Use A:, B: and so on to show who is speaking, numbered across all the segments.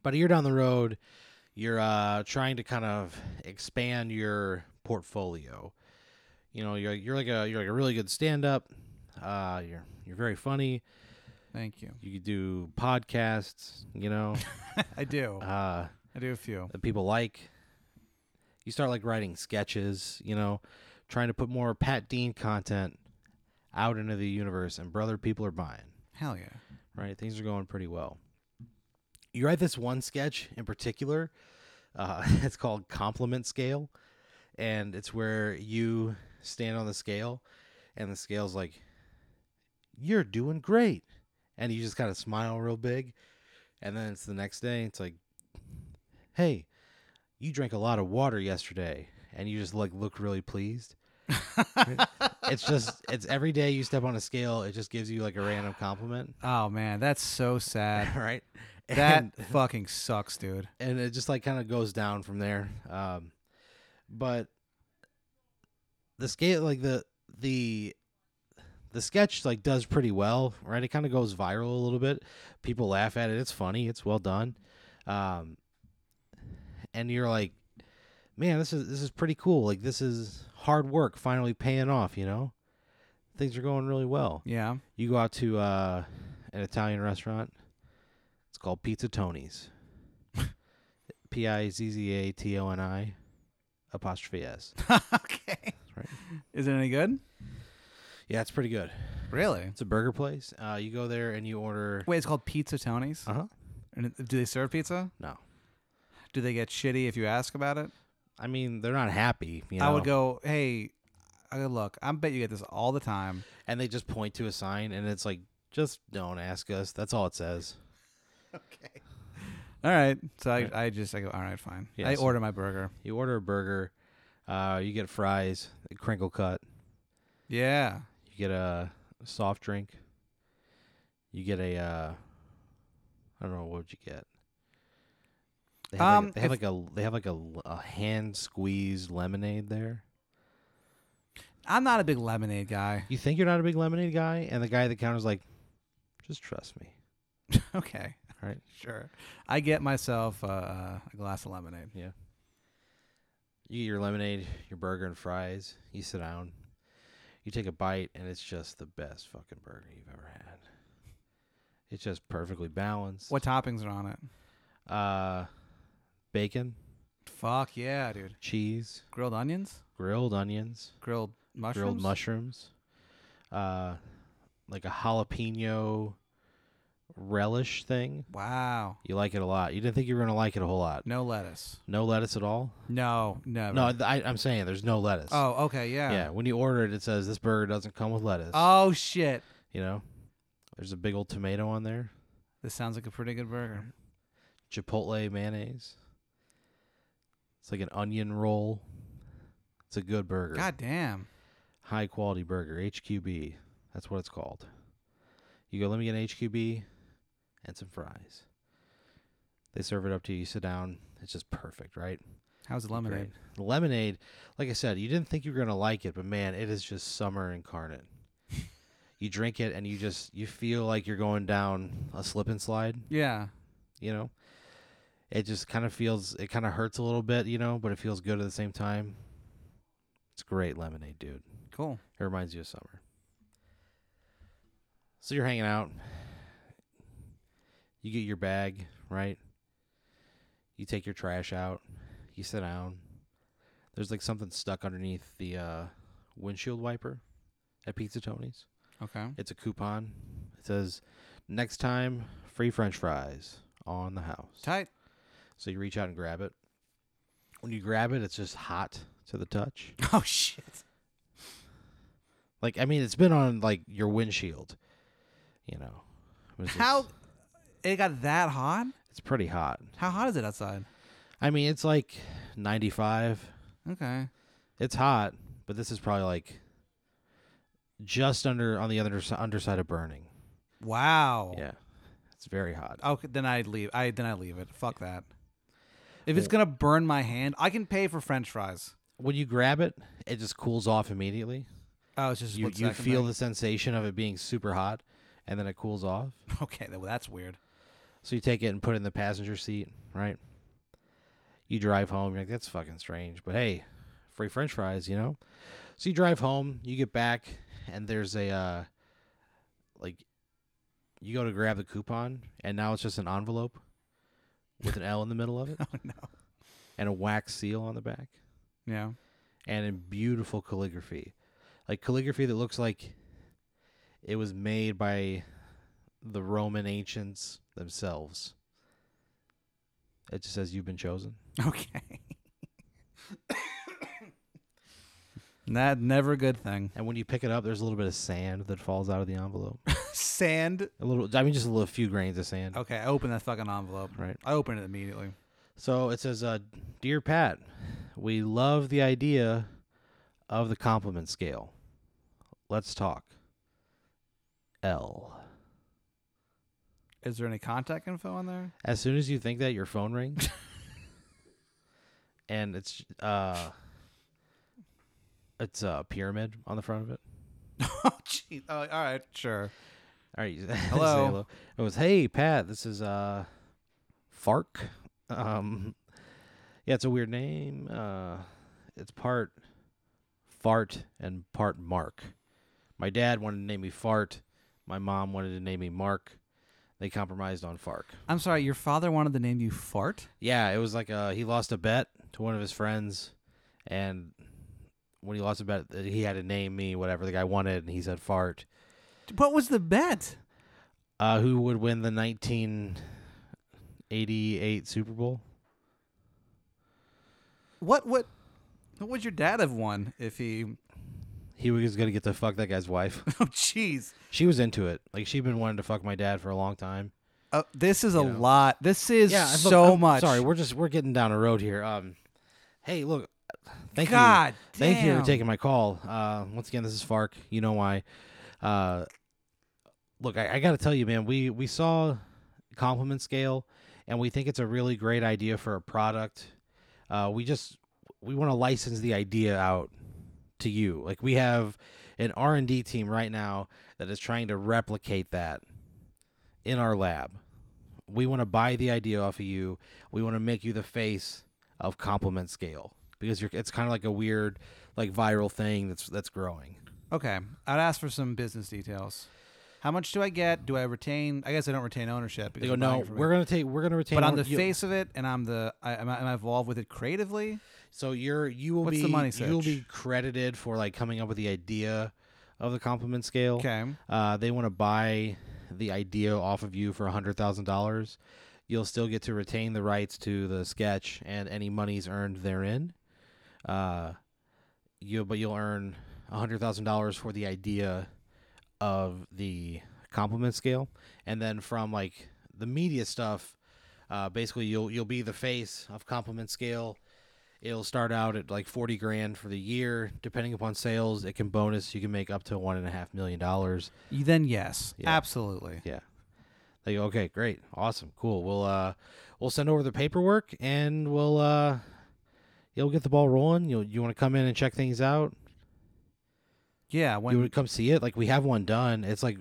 A: about a year down the road, you're uh, trying to kind of expand your portfolio. You know, you're you're like a you're like a really good stand up. Uh, you're you're very funny.
B: Thank you.
A: You could do podcasts. You know,
B: I do.
A: uh,
B: I do a few.
A: that people like. You start like writing sketches. You know, trying to put more Pat Dean content out into the universe, and brother, people are buying
B: Hell yeah.
A: right? Things are going pretty well. You write this one sketch in particular. Uh, it's called Compliment Scale, and it's where you stand on the scale, and the scale's like, "You're doing great," and you just kind of smile real big, and then it's the next day. It's like, "Hey, you drank a lot of water yesterday," and you just like look really pleased. It's just it's every day you step on a scale, it just gives you like a random compliment.
B: oh man, that's so sad.
A: All right.
B: That
A: And,
B: fucking sucks, dude.
A: and it just like kind of goes down from there. Um, but the scale, like the the the sketch, like does pretty well, right? It kind of goes viral a little bit. People laugh at it. It's funny. It's well done. Um, and you're like, man, this is this is pretty cool. Like this is hard work finally paying off. You know, things are going really well
B: Yeah.
A: you go out to uh, an Italian restaurant. It's called Pizza Tony's. P i z z a t o n i apostrophe s.
B: okay.
A: right.
B: Is it any good?
A: Yeah, it's pretty good.
B: Really?
A: It's a burger place. Uh, you go there and you order.
B: Wait, it's called Pizza Tony's.
A: Uh huh.
B: And it- do they serve pizza?
A: No,
B: Do they get shitty if you ask about it?
A: I mean they're not happy. You know?
B: I would go, hey, I go, look, I bet you get this all the time.
A: and they just point to a sign, and it's like, just don't ask us. That's all it says.
B: All right. So I, I just I go, all right, fine.
A: Yeah,
B: I
A: so-
B: order my burger.
A: You order a burger. Uh, you get fries, a crinkle cut.
B: Yeah.
A: You get a soft drink. You get a uh I don't know what would you get. They have,
B: Um,
A: like, they have like a they have like a, l- a hand squeezed lemonade there.
B: I'm not a big lemonade guy.
A: You think you're not a big lemonade guy, and the guy at the counter's like, "Just trust me."
B: okay.
A: All right.
B: Sure. I get myself uh, a glass of lemonade.
A: You get your lemonade, your burger and fries. You sit down. You take a bite, and it's just the best fucking burger you've ever had. It's just perfectly balanced.
B: What toppings are on it?
A: Uh, bacon,
B: Fuck yeah, dude.
A: cheese,
B: Grilled onions?
A: grilled onions,
B: Grilled mushrooms?
A: grilled mushrooms, uh, like a jalapeno relish thing.
B: Wow.
A: You like it a lot. You didn't think you were gonna like it a whole lot.
B: No lettuce.
A: No lettuce at all.
B: No, never.
A: No, th- I, I'm saying there's no lettuce.
B: Oh, okay, yeah.
A: yeah. When you order it, it says this burger doesn't come with lettuce.
B: Oh shit.
A: You know, there's a big old tomato on there.
B: This sounds like a pretty good burger.
A: Chipotle mayonnaise. It's like an onion roll. It's a good burger.
B: God damn.
A: high quality burger, HQB. That's what it's called. You go, let me get an HQB and some fries. They serve it up to you. You sit down. It's just perfect, right?
B: How's the lemonade?
A: Great. The lemonade, like I said, you didn't think you were gonna like it, but man, it is just summer incarnate. you drink it and you just you feel like you're going down a slip and slide.
B: Yeah.
A: You know, it just kind of feels it kind of hurts a little bit, you know, but it feels good at the same time. It's great lemonade, dude.
B: Cool.
A: It reminds you of summer. So you're hanging out. You get your bag, right? You take your trash out. You sit down. There's like something stuck underneath the uh, windshield wiper at Pizza Tony's.
B: Okay.
A: It's a coupon. It says, next time, free french fries on the house.
B: Tight.
A: So you reach out and grab it. When you grab it, it's just hot to the touch.
B: Oh shit.
A: Like I mean, it's been on like your windshield. You know, It was just-
B: How it got that hot?
A: It's pretty hot.
B: How hot is it outside?
A: I mean, it's like 95.
B: Okay.
A: It's hot, but this is probably like just under on the other s- underside of burning.
B: Wow.
A: Yeah, it's very hot.
B: Okay, then I'd leave. I then I leave it. Fuck that. If it's gonna burn my hand, I can pay for French fries.
A: When you grab it, it just cools off immediately.
B: Oh, it's just
A: You
B: split
A: you
B: second
A: feel
B: thing?
A: the sensation of it being super hot, and then it cools off.
B: Okay, well, that's weird.
A: So you take it and put it in the passenger seat, right? You drive home. You're like, that's fucking strange. But hey, free French fries, you know. So you drive home. You get back, and there's a uh, like, you go to grab the coupon, and now it's just an envelope with an L in the middle of it
B: Oh no.
A: and a wax seal on the back,
B: Yeah.
A: and in beautiful calligraphy, like calligraphy that looks like it was made by the Roman ancients themselves. It just says you've been chosen.
B: Okay. that never a good thing.
A: And when you pick it up, there's a little bit of sand that falls out of the envelope.
B: Sand.
A: A little, I mean, just a little few grains of sand.
B: Okay, I opened that fucking envelope.
A: Right.
B: I opened it immediately.
A: So it says, uh, "Dear Pat, we love the idea of the compliment scale. Let's talk." L.
B: Is there any contact info on there?
A: As soon as you think that, your phone rings, and it's uh, it's a pyramid on the front of it.
B: oh, jeez. Oh, all right, sure.
A: All right, you- say
B: Hello.
A: It was, hey Pat, this is uh, Fark. Um, yeah, it's a weird name. Uh, it's part fart and part Mark. My dad wanted to name me Fart. My mom wanted to name me Mark. They compromised on Fark.
B: I'm sorry. Your father wanted to name you Fart.
A: Yeah, it was like uh, he lost a bet to one of his friends, and when he lost a bet, uh, he had to name me whatever the guy wanted, and he said Fart.
B: What was the bet?
A: Uh, who would win the 1988 Super Bowl?
B: What? What? What would your dad have won if he?
A: He was gonna get to fuck that guy's wife.
B: Oh, jeez.
A: she was into it. Like she'd been wanting to fuck my dad for a long time.
B: Oh, this is a
A: You know.
B: lot. This is
A: Yeah, and look,
B: so
A: I'm
B: much.
A: Sorry, we're just we're getting down a road here. Um, hey, look, thank you,
B: God.
A: thank you
B: damn.
A: for taking my call. Uh, once again, this is Fark. You know why? Uh, look, I, I got to tell you, man, we we saw compliment scale, and we think it's a really great idea for a product. Uh, we just we want to license the idea out to you. Like we have an R and D team right now that is trying to replicate that in our lab. We want to buy the idea off of you. We want to make you the face of compliment scale because you're, it's kind of like a weird, like viral thing that's that's growing.
B: Okay, I'd ask for some business details. How much do I get? Do I retain? I guess I don't retain ownership.
A: They
B: because
A: go,
B: I'm buying
A: no,
B: it from you."
A: we're gonna take, we're gonna retain.
B: But I'm
A: our-
B: the
A: you-
B: face of it, and I'm the I, am, I, am I involved with it creatively?
A: So you're you will
B: What's
A: be
B: the money
A: you'll be
B: search?
A: credited for like coming up with the idea of the compliment scale.
B: Okay,
A: Uh, they want to buy the idea off of you for a hundred thousand dollars. You'll still get to retain the rights to the sketch and any monies earned therein. Uh, you but you'll earn a hundred thousand dollars for the idea of the compliment scale, and then from like the media stuff, uh, basically you'll you'll be the face of compliment scale. It'll start out at like forty grand for the year, depending upon sales. It can bonus. You can make up to one and a half million dollars.
B: You- then yes,
A: Yeah.
B: absolutely.
A: Yeah. They go, okay, great, awesome, cool. We'll uh, we'll send over the paperwork and we'll uh, you'll get the ball rolling. You you want to come in and check things out?
B: Yeah, when
A: you would come see it? Like we have one done. It's like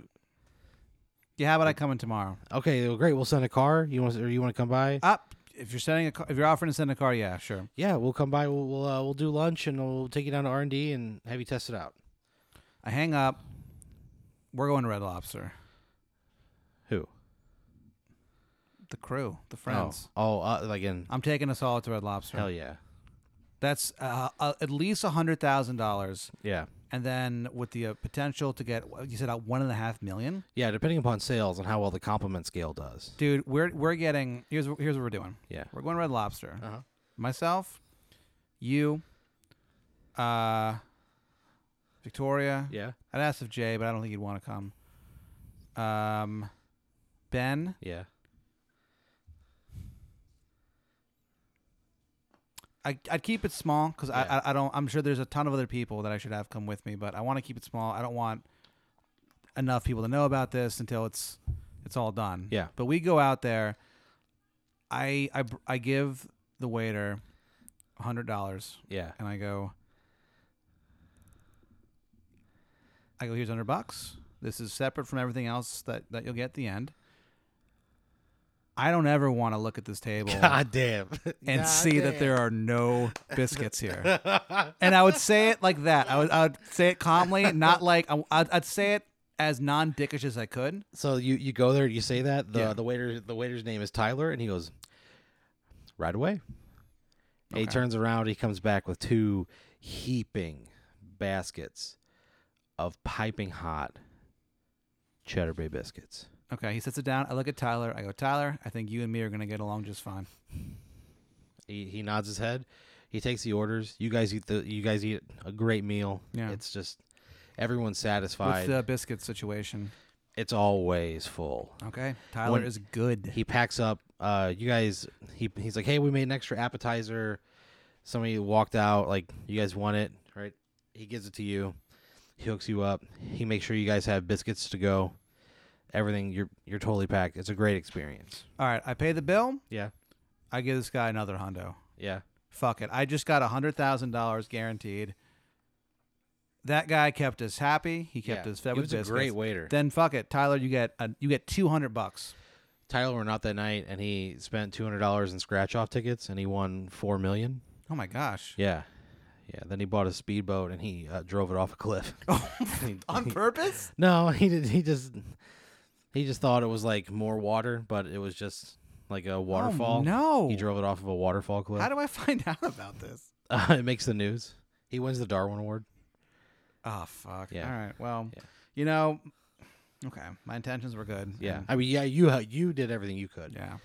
B: yeah, how about I come in tomorrow?
A: okay, well, great. We'll send a car. You want or you want to come by?
B: Up if you're sending a car, if you're offering to send a car, yeah, sure.
A: yeah, we'll come by. We'll we'll, uh, we'll do lunch and we'll take you down to R and D and have you test it out.
B: I hang up. We're going to Red Lobster.
A: Who?
B: The crew, the friends.
A: Oh, oh uh, like in
B: I'm taking us all to Red Lobster.
A: hell yeah,
B: That's uh, uh, at least a hundred thousand dollars,
A: yeah,
B: and then with the uh, potential to get you said uh, one and a half million.
A: yeah. Depending upon sales and how well the compliment scale does.
B: Dude, we're we're getting here's wh- here's what we're doing.
A: Yeah.
B: We're going Red Lobster.
A: Uh-huh.
B: Myself, you, uh, Victoria.
A: Yeah.
B: I'd ask if Jay, but I don't think he'd want to come. Um, Ben,
A: Yeah.
B: I, I'd keep it small because
A: Yeah.
B: I, I I don't. I'm sure there's a ton of other people that I should have come with me, but I want to keep it small. I don't want enough people to know about this until it's it's all done.
A: Yeah.
B: But we go out there. I I br- I give the waiter a hundred dollars.
A: Yeah.
B: and I go, I go, here's hundred bucks. This is separate from everything else that, that you'll get at the end. I don't ever want to look at this table
A: God damn.
B: and see that there are no biscuits here. and I would say it like that. I would, I would say it calmly, not like I, I'd, I'd say it as non-dickish as I could.
A: So you you go there, you say that the
B: Yeah.
A: the waiter the waiter's name is Tyler, and he goes right away. And He
B: Okay.
A: turns around, he comes back with two heaping baskets of piping hot cheddar bay biscuits.
B: Okay, he sits it down. I look at Tyler. I go, Tyler, I think you and me are gonna get along just fine.
A: He he nods his head. He takes the orders. You guys eat the you guys eat a great meal.
B: Yeah.
A: It's just everyone's satisfied.
B: With the biscuit situation,
A: it's always full.
B: okay, Tyler
A: When-
B: is good.
A: he packs up uh you guys he he's like hey we made an extra appetizer somebody walked out like you guys want it right he gives it to you he hooks you up he makes sure you guys have biscuits to go everything you're you're totally packed it's a great experience
B: All right, I pay the bill.
A: yeah
B: I give this guy another hundo.
A: yeah
B: Fuck it. I just got a hundred thousand dollars guaranteed. That guy kept us happy. He kept
A: yeah.
B: us fed
A: he
B: with
A: was
B: biscuits.
A: a great waiter
B: Then fuck it, Tyler. You get a, you get two hundred bucks.
A: tyler went out that night and he spent $200 in scratch off tickets and he won 4 million
B: Oh my gosh.
A: yeah yeah then he bought a speedboat and he uh, drove it off a cliff He-
B: On
A: he-
B: purpose?
A: No, he did. He just he just thought it was like more water, but it was just like a waterfall.
B: Oh, no.
A: He drove it off of a waterfall cliff.
B: How do I find out about this?
A: uh, it makes the news. He wins the Darwin Award.
B: Oh fuck.
A: Yeah.
B: All right. Well,
A: Yeah.
B: you know, okay. My intentions were good.
A: Yeah,
B: and-
A: I mean, yeah, you uh, you did everything you could,
B: yeah.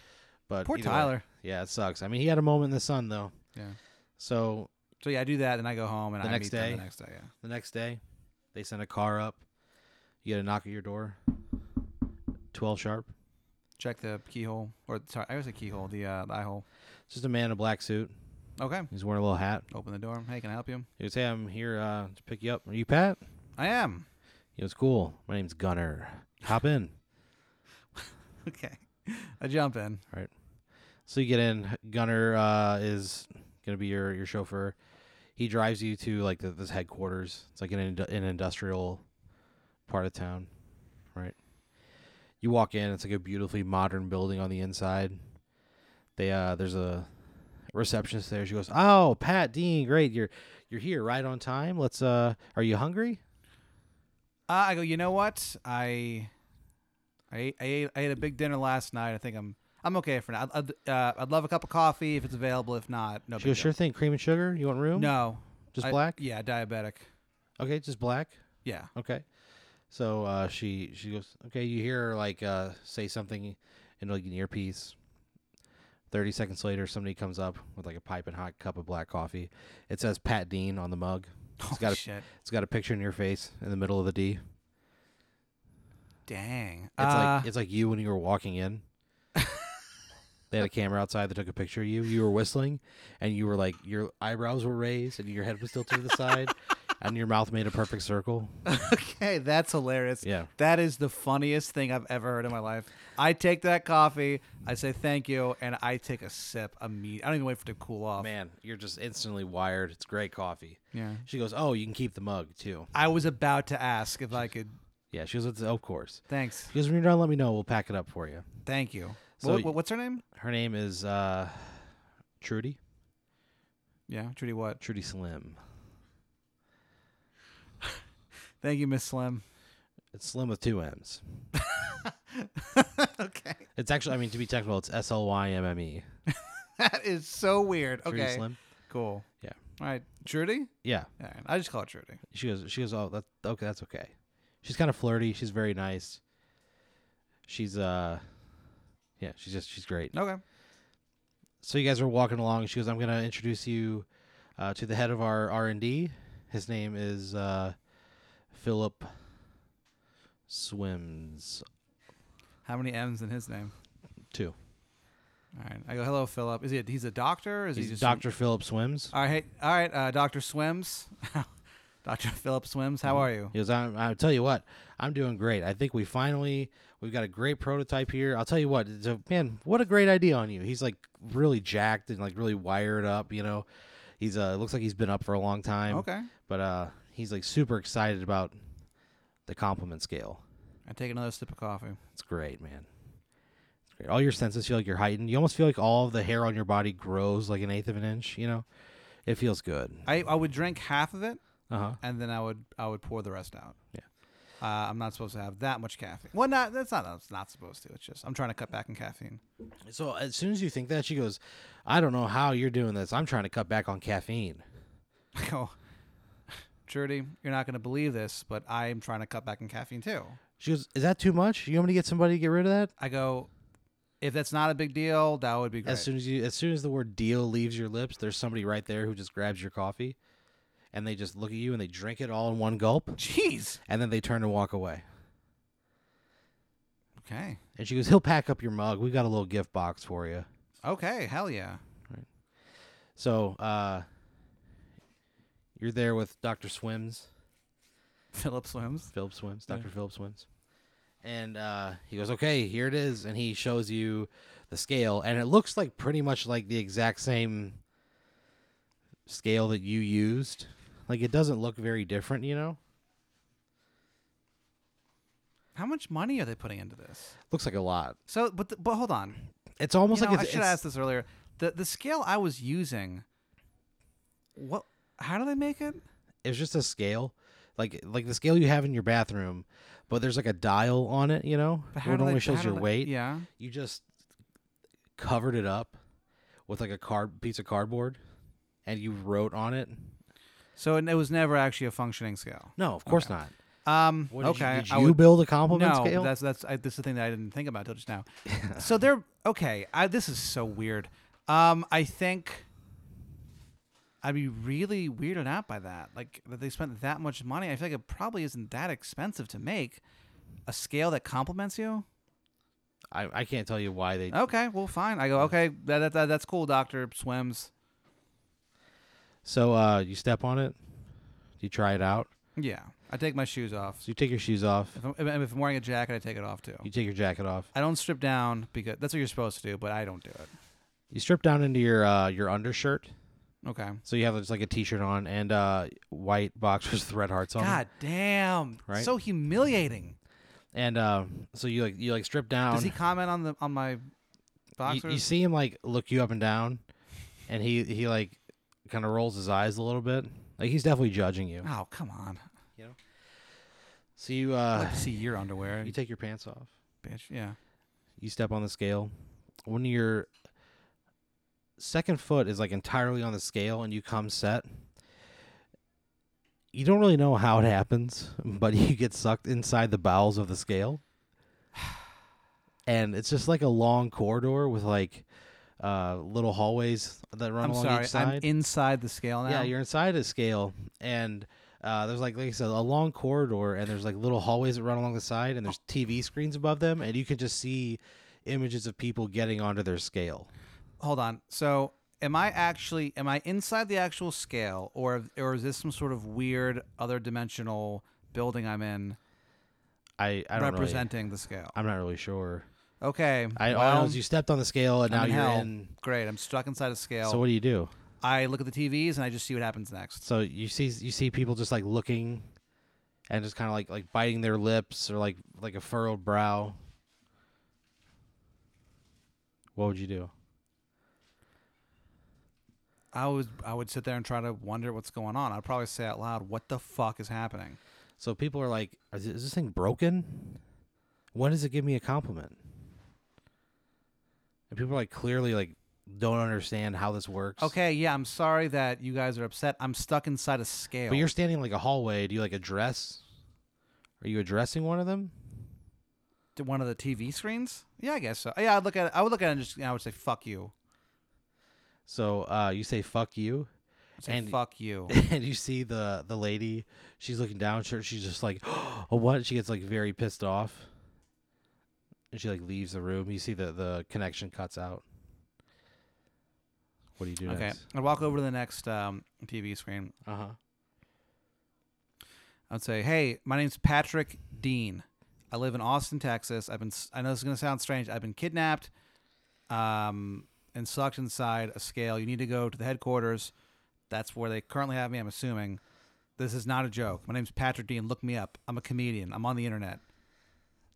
A: but
B: Poor
A: either way-
B: Tyler.
A: yeah, it sucks. I mean, he had a moment in the sun though.
B: Yeah.
A: So
B: So yeah, I do that, and I go home, and
A: The
B: I
A: next
B: meet them
A: day?
B: the next day. Yeah.
A: the next day, they send a car up. You get a knock at your door. Twelve sharp.
B: Check the keyhole, or sorry, I was a keyhole, the uh, the eye hole.
A: It's just a man in a black suit.
B: Okay.
A: He's wearing a little hat.
B: Open the door. Hey, can I help you?
A: He goes, "Hey, I'm here uh, to pick you up. Are you Pat?"
B: I am.
A: He goes, "Cool. My name's Gunner. Hop in."
B: Okay. I jump in.
A: So you get in. Gunner uh, is gonna be your your chauffeur. He drives you to like the, this headquarters. It's like an ind- an industrial part of town, right? You walk in. It's like a beautifully modern building on the inside. They uh, there's a receptionist there. She goes, "Oh, Pat Dean, great. You're you're here right on time. Let's uh, are you hungry?
B: Uh, I go. You know what? I I ate, I ate I ate a big dinner last night. I think I'm I'm okay for now. I'd I'd, uh, I'd love a cup of coffee if it's available. If not, no.
A: She
B: big
A: goes, sure
B: deal.
A: thing. Cream and sugar. You want room?
B: No.
A: just
B: I-
A: black.
B: Yeah, diabetic.
A: Okay, just black.
B: Yeah.
A: Okay. So uh, she she goes, okay. You hear her, like uh, say something in like an earpiece. Thirty seconds later, somebody comes up with like a piping hot cup of black coffee. It says Pat Dean on the mug.
B: Holy
A: got a-
B: shit.
A: It's got a picture in your face in the middle of the D. It's
B: Dang. Uh, It's
A: like it's like you when you were walking in. they had a camera outside that took a picture of you. You were whistling, and you were like your eyebrows were raised, and your head was still to the side, and your mouth made a perfect circle.
B: okay, that's hilarious.
A: Yeah.
B: That is the funniest thing I've ever heard in my life. I take that coffee, I say thank you, and I take a sip immediately. I don't even wait for it to cool off.
A: Man, you're just instantly wired. It's great coffee.
B: Yeah.
A: She goes, "Oh, you can keep the mug too."
B: I was about to ask if I could.
A: Yeah, she goes, "It's- "Of course."
B: Thanks.
A: She goes, "When you're done, let me know. We'll pack it up for you."
B: Thank you.
A: So
B: Wha- wha- what's her name?
A: Her name is uh, Trudy.
B: Yeah, Trudy What?
A: Trudy Slim.
B: Thank you, Miss Slim.
A: It's Slim with two M's.
B: okay.
A: It's actually, I mean, to be technical, it's S L Y M M E.
B: That is so weird.
A: Trudy
B: Okay.
A: Slim.
B: Cool.
A: Yeah.
B: All right. Trudy?
A: Yeah.
B: All right. I just call it Trudy.
A: She goes. She goes. Oh, that okay. That's okay. She's kind of flirty. She's very nice. She's uh, yeah. She's just she's great.
B: Okay.
A: so you guys are walking along. She goes, "I'm gonna introduce you uh, to the head of our R and D. His name is uh, Philip Swims
B: How many M's in his name?
A: Two.
B: All right. I go, hello, Philip. Is he a, he's a doctor? Or is
A: He's
B: he just some-
A: Doctor Philip Swims.
B: All right, hey, all right, uh, Doctor Swims, Doctor Philip Swims. How are you?
A: He goes, I'm, "I'll tell you what, I'm doing great. I think we finally we've got a great prototype here. I'll tell you what, it's a, man, what a great idea on you. He's like really jacked and like really wired up. You know, he's uh looks like he's been up for a long time.
B: Okay.
A: but uh, he's like super excited about the compliment scale."
B: I take another sip of coffee.
A: It's great, man. It's Great. All your senses feel like you're heightened. You almost feel like all the hair on your body grows like an eighth of an inch. You know, it feels good.
B: I, I would drink half of it
A: Uh huh.
B: and then I would I would pour the rest out.
A: Yeah.
B: Uh, I'm not supposed to have that much caffeine. Well, not that's not that's not supposed to. It's just I'm trying to cut back on caffeine.
A: So as soon as you think that, she goes, "I don't know how you're doing this. I'm trying to cut back on caffeine."
B: I go, Trudy, you're not going to believe this, but I'm trying to cut back on caffeine too.
A: She goes, "Is that too much? You want me to get somebody to get rid of that?"
B: I go, if that's not a big deal, that would be great.
A: As soon as you, as soon as the word "deal" leaves your lips, there's somebody right there who just grabs your coffee, and they just look at you and they drink it all in one gulp,
B: Jeez.
A: and then they turn and walk away.
B: Okay.
A: And she goes, "He'll pack up your mug. We got a little gift box for you."
B: Okay. Hell yeah.
A: So uh, you're there with Doctor Swims.
B: Philip swims.
A: Philip Swims, Dr. Philip Swims. And uh, he goes, okay, here it is. And he shows you the scale. And it looks like pretty much like the exact same scale that you used. Like it doesn't look very different, you know?
B: How much money are they putting into this?
A: Looks like a lot.
B: So, but the, but hold on.
A: It's almost
B: You know,
A: like
B: I
A: it's,
B: should have
A: it's-
B: asked this earlier. The the scale I was using. What? How do they make it?
A: it's just a scale. Like like the scale you have in your bathroom, but there's like a dial on it, you know?
B: But how
A: It
B: do they-
A: only
B: how
A: shows
B: do
A: your
B: they-
A: weight.
B: Yeah.
A: You just covered it up with like a card piece of cardboard and you wrote on it
B: So it, it was never actually a functioning scale.
A: No, of course not.
B: Um.
A: What, did
B: okay.
A: You, did
B: I
A: you
B: would-
A: build a compliment
B: no,
A: scale?
B: that's that's I, this is the thing that I didn't think about till just now. so they're okay. I, this is so weird. Um, I think I'd be really weirded out by that. Like that they spent that much money. I feel like it probably isn't that expensive to make a scale that complements you.
A: I, I can't tell you why they.
B: Okay, well, fine. I go. Okay, that, that, that that's cool. Doctor swims.
A: So uh, you step on it. You try it out.
B: Yeah, I take my shoes off.
A: So you take your shoes off.
B: If I'm, if I'm wearing a jacket, I take it off too.
A: You take your jacket off.
B: I don't strip down because that's what you're supposed to do, but I don't do it.
A: You strip down into your uh, your undershirt.
B: Okay.
A: So you have just like a t-shirt on and uh, white boxers with red hearts on. 'em.
B: God damn!
A: Right?
B: So humiliating.
A: And uh, so you like you like strip down.
B: Does he comment on the on my
A: You-
B: boxers?
A: you see him like look you up and down, and he he like kind of rolls his eyes a little bit. Like he's definitely judging you.
B: oh, come on!
A: So you
B: I'd
A: uh,
B: like to see your underwear,
A: you take your pants off.
B: bitch. Yeah.
A: you step on the scale when your second foot is like entirely on the scale and you come set you don't really know how it happens but you get sucked inside the bowels of the scale and it's just like a long corridor with like uh, little hallways that run
B: I'm
A: along
B: sorry.
A: each side
B: I'm inside the scale now.
A: yeah you're inside a scale and uh, there's like like I said, a long corridor, and there's like little hallways that run along the side, and there's TV screens above them, and you can just see images of people getting onto their scale.
B: Hold on. So, am I actually am I inside the actual scale, or or is this some sort of weird other dimensional building I'm in
A: I I don't really,
B: representing the scale?
A: I'm not really sure.
B: Okay.
A: I all I know
B: well,
A: is you stepped on the scale, and
B: I'm
A: now
B: in
A: you're
B: hell.
A: in.
B: Great. I'm stuck inside a scale.
A: So what do you do?
B: I look at the TVs and I just see what happens next.
A: So you see you see people just like looking, and just kind of like like biting their lips or like like a furrowed brow. What would you do?
B: I would I would sit there and try to wonder what's going on. I'd probably say out loud, "What the fuck is happening?"
A: So people are like, is this, is this thing broken? When does it give me a compliment? And people are like, clearly, like, don't understand how this works.
B: Okay, yeah, I'm sorry that you guys are upset. I'm stuck inside a scale.
A: But you're standing in, like a hallway. Do you like address? Are you addressing one of them?
B: to one of the TV screens? Yeah, I guess so. Yeah, I'd look at it. I would look at it and just and I would say fuck you.
A: So uh, you say "fuck you,"
B: I'd say
A: And-
B: fuck you.
A: and you see the the lady. She's looking down. She, she's just like, "Oh, what?" She gets like very pissed off, and she like leaves the room. You see the the connection cuts out. What do you do
B: okay. Uh-huh.
A: next?
B: I'd walk over to the next um, TV screen.
A: Uh huh.
B: I'd say, "Hey, my name's Patrick Dean. I live in Austin, Texas. I've been s- I know this is going to sound strange. I've been kidnapped um and sucked inside a scale. You need to go to the headquarters. That's where they currently have me, I'm assuming. This is not a joke. My name's Patrick Dean. Look me up. I'm a comedian. I'm on the internet.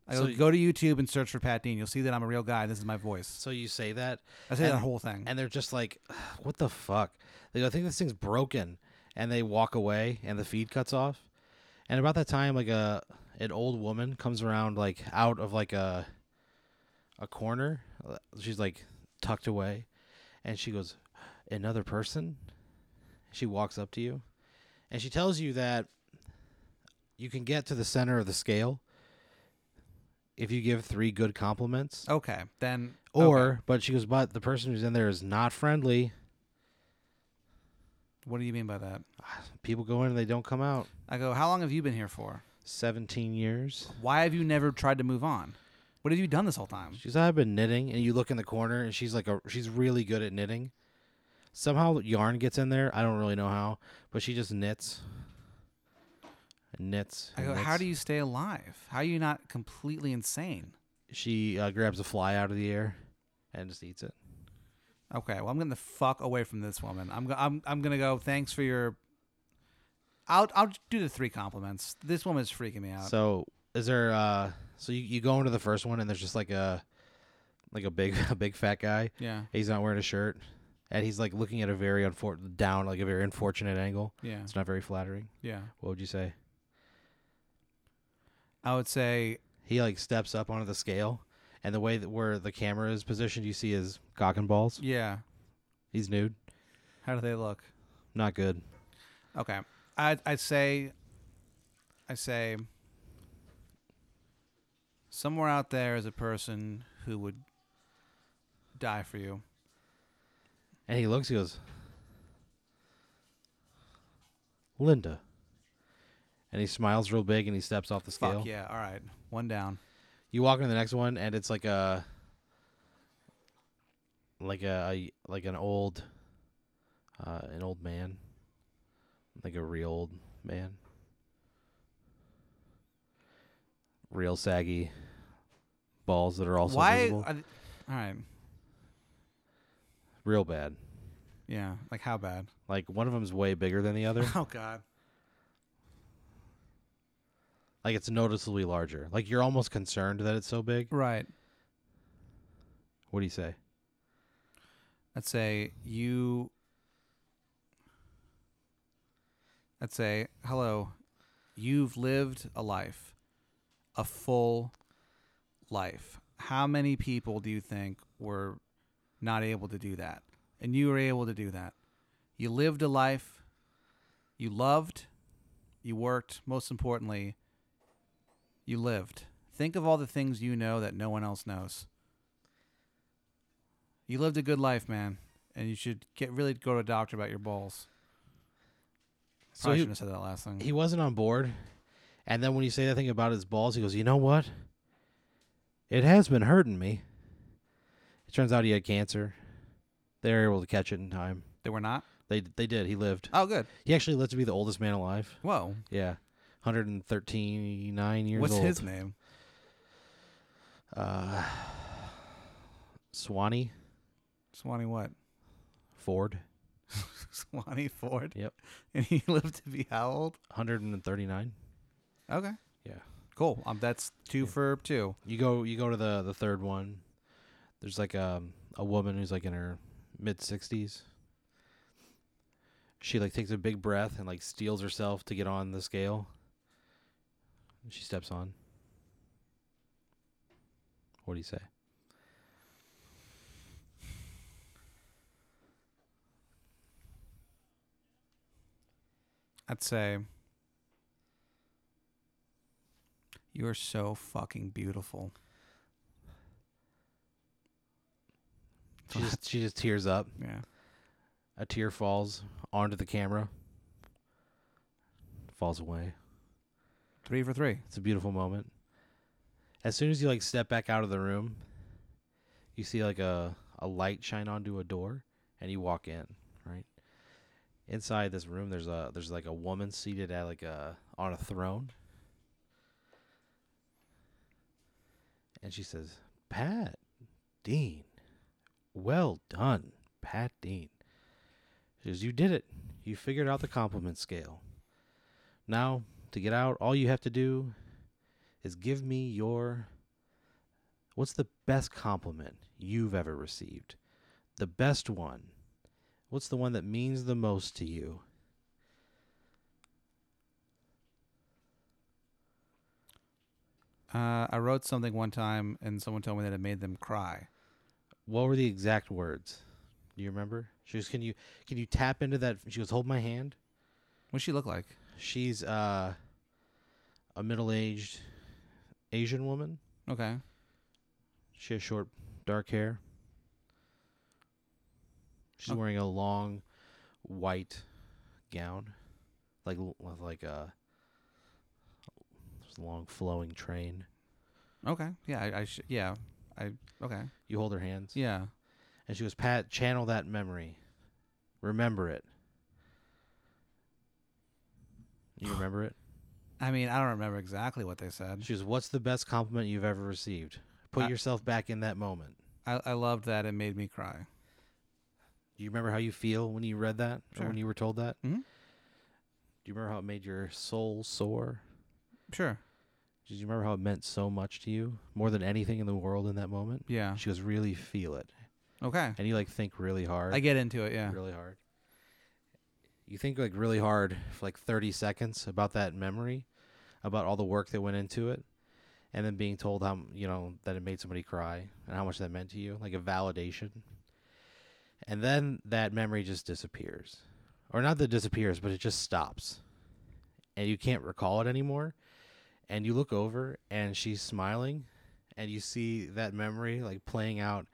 B: I
A: So-
B: go to YouTube and search for Pat Dean. You'll see that I'm a real guy. This is my voice.
A: So you say that,
B: I say that
A: And-
B: whole thing.
A: and they're just like, "What the fuck?" They go, "I think this thing's broken," and they walk away, and the feed cuts off. And about that time, like a an old woman comes around, like out of like a a corner. Uh, She's like tucked away, and she goes, "Another person." She walks up to you, and she tells you that you can get to the center of the scale if you give three good compliments.
B: okay, then
A: Or,
B: okay.
A: but she goes, but the person who's in there is not friendly.
B: what do you mean by that?
A: People go in and they don't come out.
B: I go, how long have you been here for?
A: 17 years.
B: Why have you never tried to move on? What have you done this whole time?
A: She's, I've been knitting. And you look in the corner and she's like, a, she's really good at knitting. Somehow yarn gets in there. I don't really know how, but she just knits. And knits.
B: I
A: and
B: go, how
A: knits.
B: do you stay alive? How are you not completely insane?
A: She uh, grabs a fly out of the air and just eats it.
B: Okay, well I'm gonna fuck away from this woman. I'm go- I'm I'm gonna go. Thanks for your. I'll I'll do the three compliments. This woman's freaking me out.
A: So is there uh so you, you go into the first one and there's just like a like a big a big fat guy.
B: yeah,
A: He's not wearing a shirt, and he's like looking at a very unfor- down, like a very unfortunate angle.
B: yeah,
A: It's not very flattering.
B: yeah.
A: What would you say?
B: I would say
A: He like steps up onto the scale, and the way that where the camera is positioned, you see his cock and balls.
B: yeah.
A: He's nude.
B: How do they look?
A: Not good.
B: Okay. I I say I say somewhere out there is a person who would die for you.
A: And he looks. He goes, Linda. And he smiles real big, and he steps off the
B: Fuck
A: scale.
B: yeah. All right. One down.
A: You walk into the next one, and it's like a like a like an old uh, an old man, like a real old man, real saggy balls that are also
B: Why
A: visible.
B: are th- All right.
A: real bad.
B: Yeah. Like how bad?
A: Like one of them's way bigger than the other.
B: Oh god.
A: like it's noticeably larger. Like you're almost concerned that it's so big.
B: Right.
A: What do you say?
B: I'd say you I'd say hello. You've lived a life. A full life. How many people do you think were not able to do that? And you were able to do that. You lived a life you loved, you worked, most importantly, you lived. Think of all the things you know that no one else knows. You lived a good life, man, and you should get really go to a doctor about your balls.
A: So
B: Probably
A: he-
B: shouldn't have said that last thing.
A: he wasn't on board. And then when you say that thing about his balls, he goes, "You know what? It has been hurting me." It turns out he had cancer. They were able to catch it in time.
B: they were not.
A: They they did. He lived.
B: Oh, good.
A: He actually lived to be the oldest man alive.
B: Whoa.
A: Yeah, 139 years
B: What's
A: old.
B: his name?
A: Uh, Swanee
B: Swanee what?
A: Ford,
B: Swanee Ford.
A: Yep.
B: And he lived to be how old?
A: 139.
B: Okay.
A: Yeah.
B: Cool. Um, that's two for two.
A: You go you go to the the third one. There's like a a woman who's like in her mid 60s. She like takes a big breath and like steals herself to get on the scale. She steps on. What do you say?
B: I'd say you are so fucking beautiful.
A: She just she just tears up.
B: Yeah.
A: A tear falls onto the camera. Falls away.
B: Three for three.
A: It's a beautiful moment. As soon as you like step back out of the room, you see like a a light shine onto a door, and you walk in. Right inside this room, there's a there's like a woman seated at like a on a throne, and she says, "Pat Dean, well done, Pat Dean." She says, "You did it. You figured out the compliment scale. Now to get out, all you have to do is give me your What's the best compliment you've ever received? The best one. What's the one that means the most to you?
B: Uh, I wrote something one time, and someone told me that it made them cry.
A: What were the exact words? Do you remember? She goes, "Can you can you tap into that?" She goes, "Hold my hand."
B: What'd she look like?
A: She's uh, a middle-aged Asian woman.
B: Okay.
A: She has short, dark hair. She's
B: Oh.
A: wearing a long, white gown, like l- with like a just a long flowing train.
B: Okay. Yeah. I. I sh- yeah. I. Okay.
A: You hold her hands,
B: Yeah.
A: and she goes, "Pat, channel that memory, remember it." You remember it?
B: I mean, I don't remember exactly what they said.
A: She goes, "What's the best compliment you've ever received? Put
B: I-
A: yourself back in that moment."
B: I, I loved that. It made me cry.
A: Do you remember how you feel when you read that or
B: Sure.
A: when you were told that?
B: Mhm.
A: Do you remember how it made your soul soar?
B: Sure.
A: Did you remember how it meant so much to you more than anything in the world in that moment?
B: Yeah.
A: She goes, really feel it,
B: Okay.
A: and you like think really hard,
B: I get into it. Yeah.
A: really hard. You think like really hard for like thirty seconds about that memory, about all the work that went into it, and then being told how m- you know that it made somebody cry and how much that meant to you, like a validation. And then that memory just disappears, or not that it disappears, but it just stops, and you can't recall it anymore. And you look over, and she's smiling, and you see that memory like playing out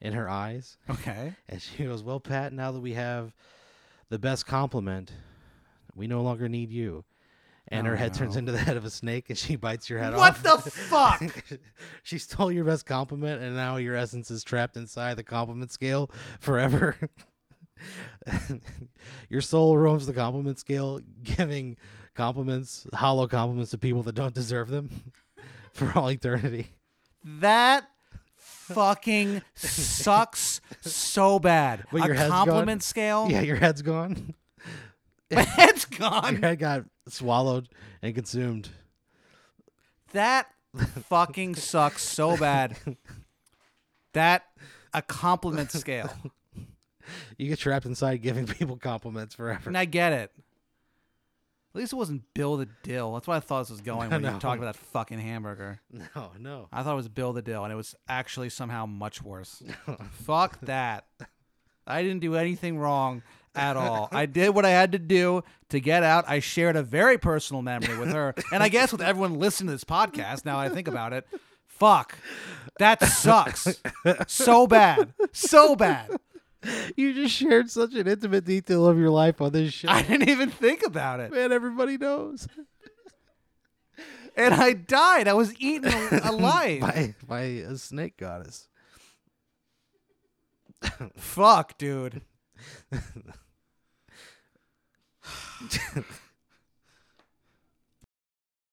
A: in her eyes.
B: Okay.
A: And she goes, Well, Pat, now that we have the best compliment, we no longer need you. And
B: Oh,
A: her head turns
B: no.
A: into the head of a snake and she bites your head
B: What
A: off.
B: the fuck?
A: she stole your best compliment and now your essence is trapped inside the compliment scale forever. your soul roams the compliment scale, giving compliments, hollow compliments to people that don't deserve them for all eternity.
B: That fucking sucks so bad.
A: But your
B: a
A: head's gone?
B: compliment scale.
A: Yeah, your head's gone.
B: My head's
A: Your
B: gone.
A: head got swallowed and consumed.
B: That fucking sucks so bad. That a compliment scale.
A: You get trapped inside giving people compliments forever.
B: And I get it. At least it wasn't Bill the Dill. That's where I thought this was going when
A: No.
B: you talked about that fucking hamburger.
A: No, no.
B: I thought it was Bill the Dill, and it was actually somehow much worse. Fuck that. I didn't do anything wrong at all. I did what I had to do to get out. I shared a very personal memory with her, and I guess with everyone listening to this podcast. Now I think about it, fuck, that sucks so bad, so bad.
A: You just shared such an intimate detail of your life on this show.
B: I didn't even think about it,
A: Man, everybody knows.
B: and I died. I was eaten al- alive.
A: By, by a snake goddess.
B: fuck, dude.